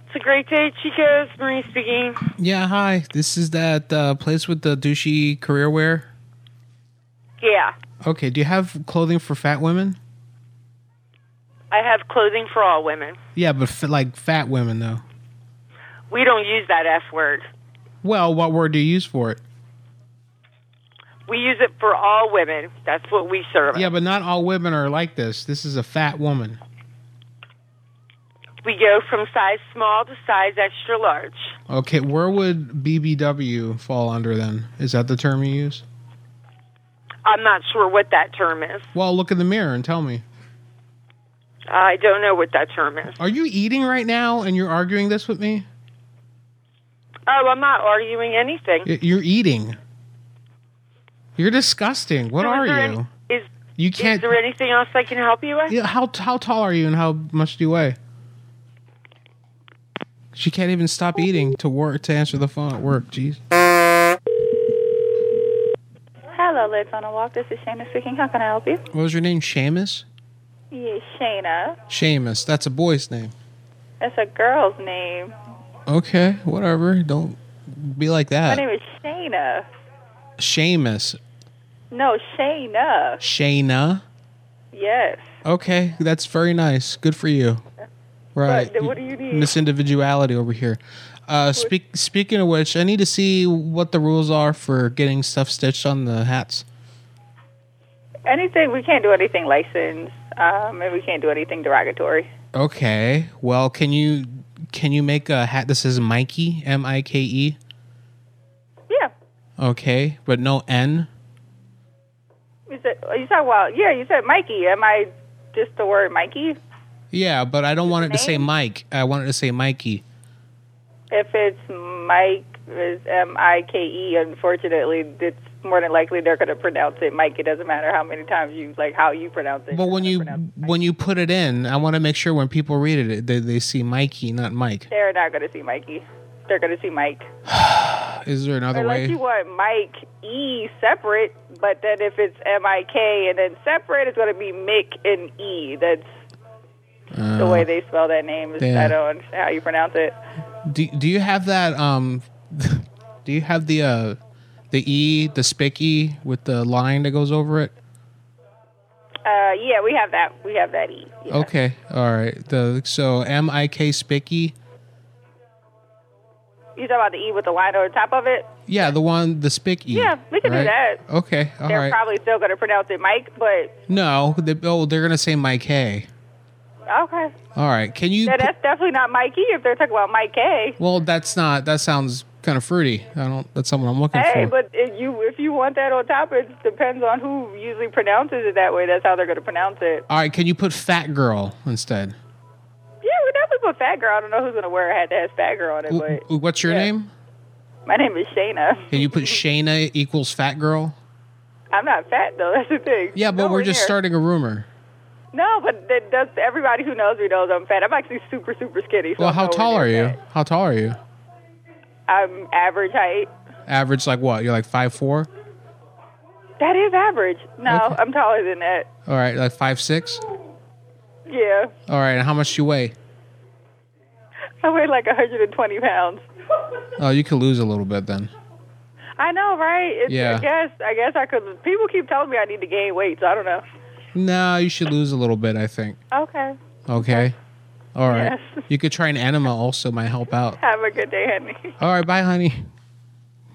[SPEAKER 13] It's a great day, chicos. Marie speaking.
[SPEAKER 2] Yeah, hi. This is that uh, place with the douchey career wear.
[SPEAKER 13] Yeah,
[SPEAKER 2] Okay, do you have clothing for fat women?
[SPEAKER 13] I have clothing for all women.
[SPEAKER 2] Yeah, but f- like fat women though.
[SPEAKER 13] We don't use that F word.
[SPEAKER 2] Well, what word do you use for it?
[SPEAKER 13] We use it for all women. That's what we serve.
[SPEAKER 2] Yeah, but not all women are like this. This is a fat woman.
[SPEAKER 19] We go from size small to size extra large.
[SPEAKER 2] Okay, where would BBW fall under then? Is that the term you use?
[SPEAKER 19] I'm not sure what that term is.
[SPEAKER 2] Well, look in the mirror and tell me.
[SPEAKER 19] I don't know what that term is.
[SPEAKER 2] Are you eating right now and you're arguing this with me?
[SPEAKER 19] Oh, I'm not arguing anything.
[SPEAKER 2] Y- You're eating. You're disgusting. What
[SPEAKER 19] So is
[SPEAKER 2] are you?
[SPEAKER 19] there any- is-
[SPEAKER 2] you can't.
[SPEAKER 19] Is there anything else I can help you with?
[SPEAKER 2] Yeah, how how tall are you and how much do you weigh? She can't even stop eating to work to answer the phone at work. Jeez.
[SPEAKER 20] Hello, Lids on a Walk. This is Shayna speaking. How can I help you?
[SPEAKER 2] What was your name? Seamus.
[SPEAKER 20] Yeah, Shayna.
[SPEAKER 2] Seamus. That's a boy's name.
[SPEAKER 20] That's a girl's name.
[SPEAKER 2] Okay, whatever. Don't be like
[SPEAKER 20] My
[SPEAKER 2] that.
[SPEAKER 20] name is Shayna.
[SPEAKER 2] Seamus.
[SPEAKER 20] No, Shayna.
[SPEAKER 2] Shayna.
[SPEAKER 20] Yes.
[SPEAKER 2] Okay, that's very nice. Good for you. Right.
[SPEAKER 20] But what do you need?
[SPEAKER 2] Miss individuality over here. Uh, speak, speaking of which, I need to see what the rules are for getting stuff stitched on the hats.
[SPEAKER 20] Anything, we can't do anything licensed, um, and we can't do anything derogatory.
[SPEAKER 2] Okay. Well, can you can you make a hat that says Mikey M I K E?
[SPEAKER 20] Yeah.
[SPEAKER 2] Okay, but no N.
[SPEAKER 20] You said, you said, well, yeah, you said Mikey. Am I just the word Mikey?
[SPEAKER 2] Yeah, but I don't want it to say Mike. I want it to say Mikey.
[SPEAKER 20] If it's Mike, it's M I K E. Unfortunately, it's more than likely they're going to pronounce it Mike. It doesn't matter how many times you like how you pronounce it.
[SPEAKER 2] But when you when you put it in, I want to make sure when people read it, they they see Mikey, not Mike.
[SPEAKER 20] They're not going to see Mikey. They're going to see Mike.
[SPEAKER 2] Is there another
[SPEAKER 20] Unless
[SPEAKER 2] way?
[SPEAKER 20] you want Mike E separate, but then if it's M I K and then separate, it's going to be Mick and E. That's the
[SPEAKER 2] Uh,
[SPEAKER 20] way they spell that name. Is,
[SPEAKER 2] Yeah.
[SPEAKER 20] I don't understand how you pronounce it.
[SPEAKER 2] Do Do you have that? Um, do you have the uh, the E, the spiky with the line that goes over it?
[SPEAKER 20] Uh, yeah, we have that. We have that E.
[SPEAKER 2] Okay, all right. The so M I K spiky.
[SPEAKER 20] You talking about the E with the line over the top of it?
[SPEAKER 2] Yeah, the one the spiky.
[SPEAKER 20] Yeah, we can do that.
[SPEAKER 2] Okay, all
[SPEAKER 20] they're
[SPEAKER 2] right.
[SPEAKER 20] probably still going to pronounce it Mike, but
[SPEAKER 2] no, they, oh, they're gonna say Mike K.
[SPEAKER 20] okay.
[SPEAKER 2] All right. Can you?
[SPEAKER 20] Now,
[SPEAKER 2] put-
[SPEAKER 20] that's definitely not Mike E if they're talking about Mike K.
[SPEAKER 2] well, that's not. That sounds kind of fruity. I don't. That's something I'm looking
[SPEAKER 20] Hey,
[SPEAKER 2] for.
[SPEAKER 20] but if you if you want that on top, it depends on who usually pronounces it that way. That's how they're going to pronounce it.
[SPEAKER 2] all right. Can you put fat girl instead?
[SPEAKER 20] Yeah, we definitely put Fat Girl. I don't know who's going to wear a hat that has Fat Girl on it,
[SPEAKER 2] W-
[SPEAKER 20] but
[SPEAKER 2] w- What's your name?
[SPEAKER 20] my name is Shayna.
[SPEAKER 2] Can you put Shayna equals fat girl?
[SPEAKER 20] I'm not fat though. That's the thing.
[SPEAKER 2] Yeah, but
[SPEAKER 20] No,
[SPEAKER 2] we're just
[SPEAKER 20] here.
[SPEAKER 2] starting a rumor.
[SPEAKER 20] No, but that, that's everybody who knows me knows I'm fat. I'm actually super super skinny. So
[SPEAKER 2] Well,
[SPEAKER 20] I'm
[SPEAKER 2] how
[SPEAKER 20] nowhere
[SPEAKER 2] tall
[SPEAKER 20] near
[SPEAKER 2] are you?
[SPEAKER 20] fat.
[SPEAKER 2] How tall are you?
[SPEAKER 20] I'm average height.
[SPEAKER 2] Average, like what? You're like five four.
[SPEAKER 20] That is average. No,
[SPEAKER 2] Okay.
[SPEAKER 20] I'm taller than that.
[SPEAKER 2] All right, like five six.
[SPEAKER 20] Yeah,
[SPEAKER 2] All right, and how much do you weigh?
[SPEAKER 20] I weigh like 120 pounds.
[SPEAKER 2] Oh, you could lose a little bit then.
[SPEAKER 20] I know, right? It's,
[SPEAKER 2] Yeah.
[SPEAKER 20] I guess I guess I could. People keep telling me I need to gain weight, so I don't know.
[SPEAKER 2] No, you should lose a little bit. I think.
[SPEAKER 20] Okay.
[SPEAKER 2] Okay. All right.
[SPEAKER 20] Yes.
[SPEAKER 2] You could try an enema also might help out.
[SPEAKER 20] Have a good day, honey.
[SPEAKER 2] All right, bye, honey.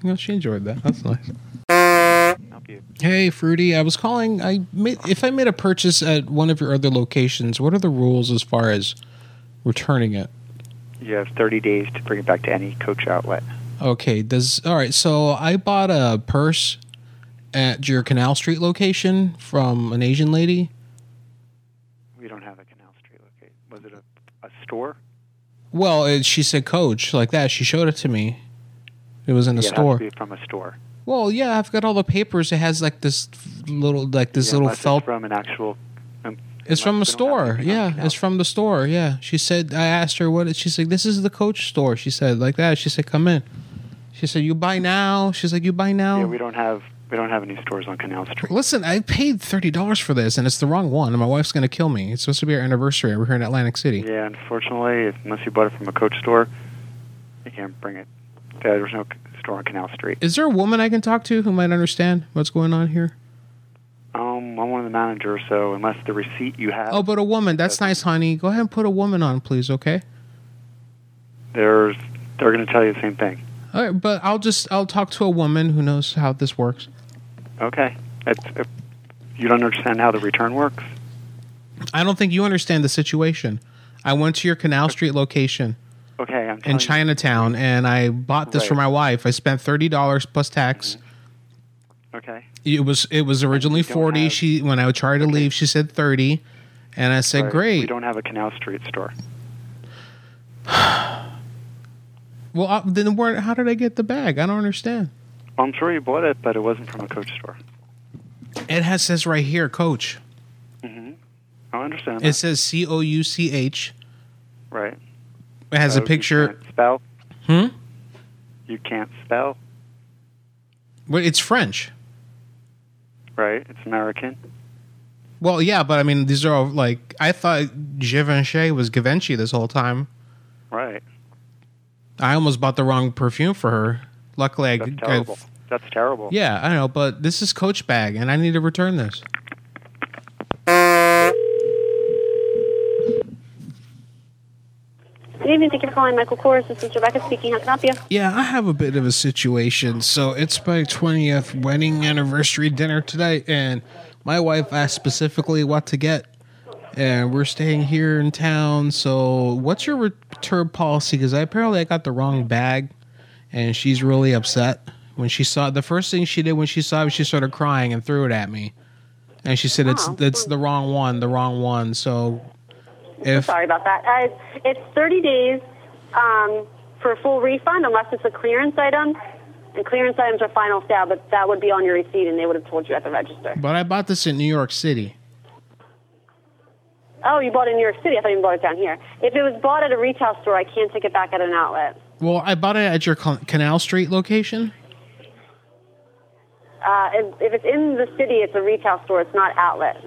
[SPEAKER 2] You know, she enjoyed that. That's nice. Hey, Fruity. I was calling. I made, if I made a purchase at one of your other locations, what are the rules as far as returning it?
[SPEAKER 21] You have 30 days to bring it back to any Coach outlet.
[SPEAKER 2] Okay. Does all right. So I bought a purse at your Canal Street location from an Asian lady.
[SPEAKER 21] We don't have a Canal Street location. Was it a, a store?
[SPEAKER 2] Well, it, she said Coach like that. She showed it to me. It was in a
[SPEAKER 21] yeah, it has to
[SPEAKER 2] store.
[SPEAKER 21] be from a store.
[SPEAKER 2] Well, yeah, I've got all the papers. It has like this little, like this
[SPEAKER 21] Yeah,
[SPEAKER 2] little
[SPEAKER 21] unless it's
[SPEAKER 2] felt.
[SPEAKER 21] from an actual. Um,
[SPEAKER 2] It's from a store. Yeah, it's from the store. Yeah, she said. I asked her what. it- She's like, "This is the Coach store." She said like that. She said, "Come in." She said, "You buy now." She's like, "You buy now."
[SPEAKER 21] yeah, we don't have we don't have any stores on Canal Street.
[SPEAKER 2] Listen, I paid thirty dollars for this, and it's the wrong one. And my wife's gonna kill me. It's supposed to be our anniversary over here in Atlantic City.
[SPEAKER 21] Yeah, unfortunately, if- unless you bought it from a Coach store, you can't bring it. There's no c- store on Canal Street.
[SPEAKER 2] Is there a woman I can talk to who might understand what's going on here?
[SPEAKER 21] Um, I'm one of the managers, so unless the receipt you have,
[SPEAKER 2] Oh, but a woman. That's nice, honey. Go ahead and put a woman on, please. Okay.
[SPEAKER 21] there's they're going to tell you the same thing.
[SPEAKER 2] All right, but I'll just I'll talk to a woman who knows how this works.
[SPEAKER 21] Okay, that's, uh, you don't understand how the return works.
[SPEAKER 2] I don't think you understand the situation. I went to your Canal Street location
[SPEAKER 21] Okay, I'm
[SPEAKER 2] in
[SPEAKER 21] telling
[SPEAKER 2] Chinatown and I bought this for
[SPEAKER 21] Right. Mm-hmm.
[SPEAKER 2] my wife. I spent thirty dollars plus tax.
[SPEAKER 21] you. Okay.
[SPEAKER 2] It was it was originally forty. She when I tried to leave, she said thirty, and I said,
[SPEAKER 21] Right.
[SPEAKER 2] "Great."
[SPEAKER 21] We don't have a Canal Street store.
[SPEAKER 2] Well, uh, then where? How did I get the bag? I don't understand.
[SPEAKER 21] I'm sure you bought it, but it wasn't from a Coach store.
[SPEAKER 2] It has says right here, Coach.
[SPEAKER 21] Mm-hmm. I understand.
[SPEAKER 2] It
[SPEAKER 21] that.
[SPEAKER 2] says C O U C H.
[SPEAKER 21] right.
[SPEAKER 2] It has a
[SPEAKER 21] So Oh, you
[SPEAKER 2] picture.
[SPEAKER 21] can't spell.
[SPEAKER 2] Hmm.
[SPEAKER 21] You can't spell.
[SPEAKER 2] Well, it's French.
[SPEAKER 21] Right. It's American.
[SPEAKER 2] Well, yeah, but I mean, these are all like I thought Givenchy was Givenchy this whole time.
[SPEAKER 21] Right.
[SPEAKER 2] I almost bought the wrong perfume for her. Luckily, I,
[SPEAKER 21] That's
[SPEAKER 2] I-
[SPEAKER 21] terrible. That's terrible.
[SPEAKER 2] yeah, I know, but this is Coach bag, and I need to return this.
[SPEAKER 11] Good evening. Thank you for calling Michael Kors. This is Rebecca speaking. How can I help you?
[SPEAKER 2] Yeah, I have a bit of a situation. So it's my 20th wedding anniversary dinner tonight, and my wife asked specifically what to get. And we're staying here in town. So, what's your return policy? Because I apparently I got the wrong bag, and she's really upset. When she saw the first thing she did when she saw it, she started crying and threw it at me. And she said, "It's it's the wrong one, the wrong one." So, if
[SPEAKER 11] Sorry about that. Uh, it's 30 days um, for a full refund unless it's a clearance item. And clearance items are final sale, but that would be on your receipt and they would have told you at the register.
[SPEAKER 2] but I bought this in New York City.
[SPEAKER 11] Oh, you bought it in New York City. I thought you bought it down here. If it was bought at a retail store, I can't take it back at an outlet.
[SPEAKER 2] Well, I bought it at your Con- Canal Street location.
[SPEAKER 11] Uh, if, if it's in the city, it's a retail store. It's not outlet.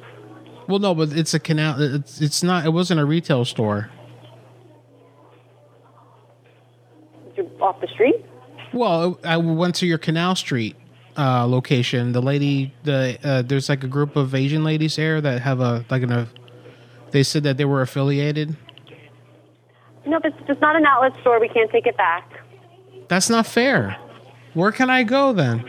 [SPEAKER 2] Well, no, but it's a canal. It's it's not. It wasn't a retail store.
[SPEAKER 11] You're off the street?
[SPEAKER 2] Well, I went to your Canal Street uh, location. The lady, the uh, there's like a group of Asian ladies there that have a like an. A, they said that they were affiliated.
[SPEAKER 11] No, if it's, if it's not an outlet store, we can't take it back.
[SPEAKER 2] That's not fair. Where can I go then?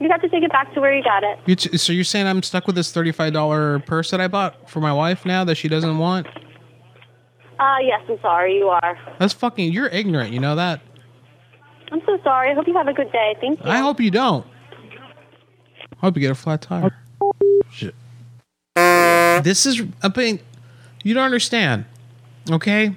[SPEAKER 11] You have to take it back to where you got it.
[SPEAKER 2] You t- so you're saying I'm stuck with this thirty-five dollar purse that I bought for my wife now that she doesn't want?
[SPEAKER 11] Uh, yes, I'm sorry. You are.
[SPEAKER 2] That's fucking. You're ignorant. You know that.
[SPEAKER 11] I'm so sorry. I hope you have a good day. Thank you.
[SPEAKER 2] I hope you don't. I hope you get a flat tire. Shit. This is I mean, you don't understand. Okay?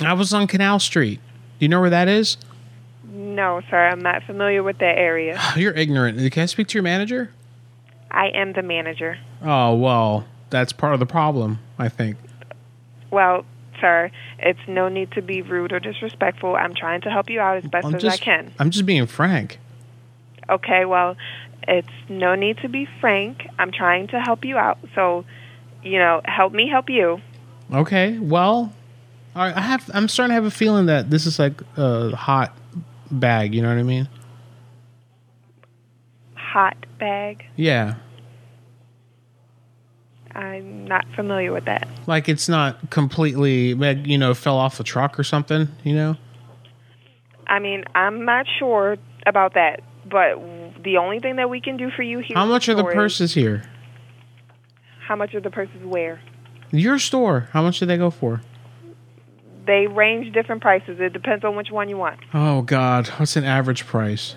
[SPEAKER 2] I was on Canal Street. Do you know where that is?
[SPEAKER 1] No, sir, I'm not familiar with that area.
[SPEAKER 2] You're ignorant. Can I speak to your manager?
[SPEAKER 1] I am the manager.
[SPEAKER 2] Oh well, that's part of the problem, I think.
[SPEAKER 1] Well, sir, it's no need to be rude or disrespectful. I'm trying to help you out as best
[SPEAKER 2] I'm
[SPEAKER 1] as
[SPEAKER 2] just
[SPEAKER 1] I can.
[SPEAKER 2] I'm just being frank.
[SPEAKER 1] Okay, well, it's no need to be frank. I'm trying to help you out. So, you know, help me help you.
[SPEAKER 2] Okay. Well, all right, I have I'm starting to have a feeling that this is like a hot bag, you know what I mean?
[SPEAKER 1] Hot bag.
[SPEAKER 2] Yeah.
[SPEAKER 1] I'm not familiar with that.
[SPEAKER 2] like it's not completely like, you know fell off a truck or something you know
[SPEAKER 1] I mean, I'm not sure about that, but the only thing that we can do for you here.
[SPEAKER 2] how
[SPEAKER 1] in
[SPEAKER 2] much are the
[SPEAKER 1] store is-
[SPEAKER 2] purses here
[SPEAKER 1] How much are the purses where?
[SPEAKER 2] your store how much do they go for
[SPEAKER 1] They range different prices. It depends on which one you want.
[SPEAKER 2] oh god what's an average price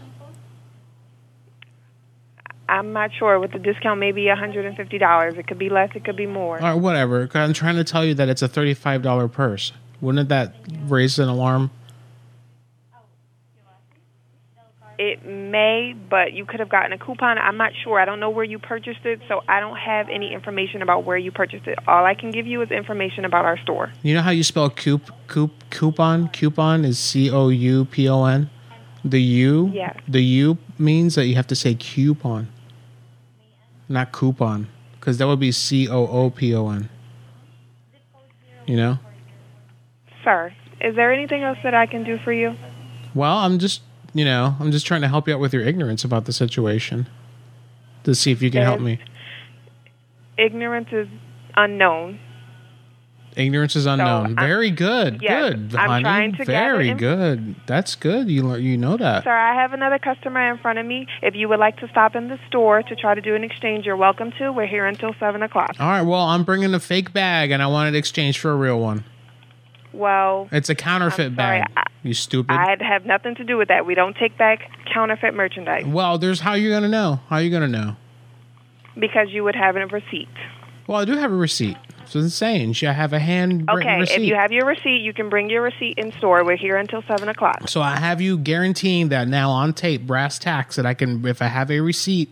[SPEAKER 1] I'm not sure. With the discount, maybe $150. It could be less. It could be more.
[SPEAKER 2] all right whatever 'cause i'm trying to tell you that it's a $35 purse wouldn't that raise an alarm
[SPEAKER 1] It may, but you could have gotten a coupon. I'm not sure. I don't know where you purchased it, so I don't have any information about where you purchased it. All I can give you is information about our store.
[SPEAKER 2] you know how you spell coup, coup, coupon coupon is c-o-u-p-o-n the u
[SPEAKER 1] Yeah.
[SPEAKER 2] the u means that you have to say coupon not coupon because that would be c-o-o-p-o-n you know
[SPEAKER 1] Sir, is there anything else that I can do for you?
[SPEAKER 2] Well, I'm just, you know, I'm just trying to help you out with your ignorance about the situation to see if you can help me.
[SPEAKER 1] Ignorance is unknown.
[SPEAKER 2] Ignorance is unknown.
[SPEAKER 1] I'm-
[SPEAKER 2] very good.
[SPEAKER 1] Yes,
[SPEAKER 2] good,
[SPEAKER 1] I'm
[SPEAKER 2] honey.
[SPEAKER 1] trying to gather
[SPEAKER 2] very
[SPEAKER 1] inf-
[SPEAKER 2] good. That's good. You lear- you know that.
[SPEAKER 1] Sir, I have another customer in front of me. If you would like to stop in the store to try to do an exchange, you're welcome to. We're here until 7 o'clock.
[SPEAKER 2] All right. Well, I'm bringing a fake bag, and I want it exchanged for a real one.
[SPEAKER 1] Well,
[SPEAKER 2] It's a counterfeit bag. you stupid.
[SPEAKER 1] I'd have nothing to do with that. We don't take back counterfeit merchandise
[SPEAKER 2] well, there's how you're gonna know. How you gonna know?
[SPEAKER 1] because you would have a receipt.
[SPEAKER 2] Well, I do have a receipt. So it's saying should I have a hand
[SPEAKER 1] Okay,
[SPEAKER 2] receipt?
[SPEAKER 1] if you have your receipt, you can bring your receipt in store. We're here until 7 o'clock.
[SPEAKER 2] So I have you guaranteeing that now on tape, brass tacks, that I can, if I have a receipt,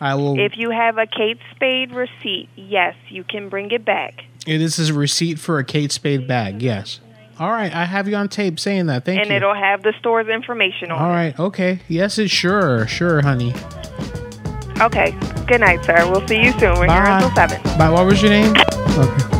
[SPEAKER 2] I will.
[SPEAKER 1] If you have a Kate Spade receipt, yes, you can bring it back.
[SPEAKER 2] Yeah, this is a receipt for a Kate Spade bag. Yes. All right, I have you on tape saying that. Thank
[SPEAKER 1] and
[SPEAKER 2] you.
[SPEAKER 1] it'll have the store's information on
[SPEAKER 2] All right. Okay. Yes. It sure. Sure, honey.
[SPEAKER 1] it. Okay, good night, sir. We'll see you soon. We're here
[SPEAKER 2] Bye.
[SPEAKER 1] until 7.
[SPEAKER 2] Bye. What was your name? Okay.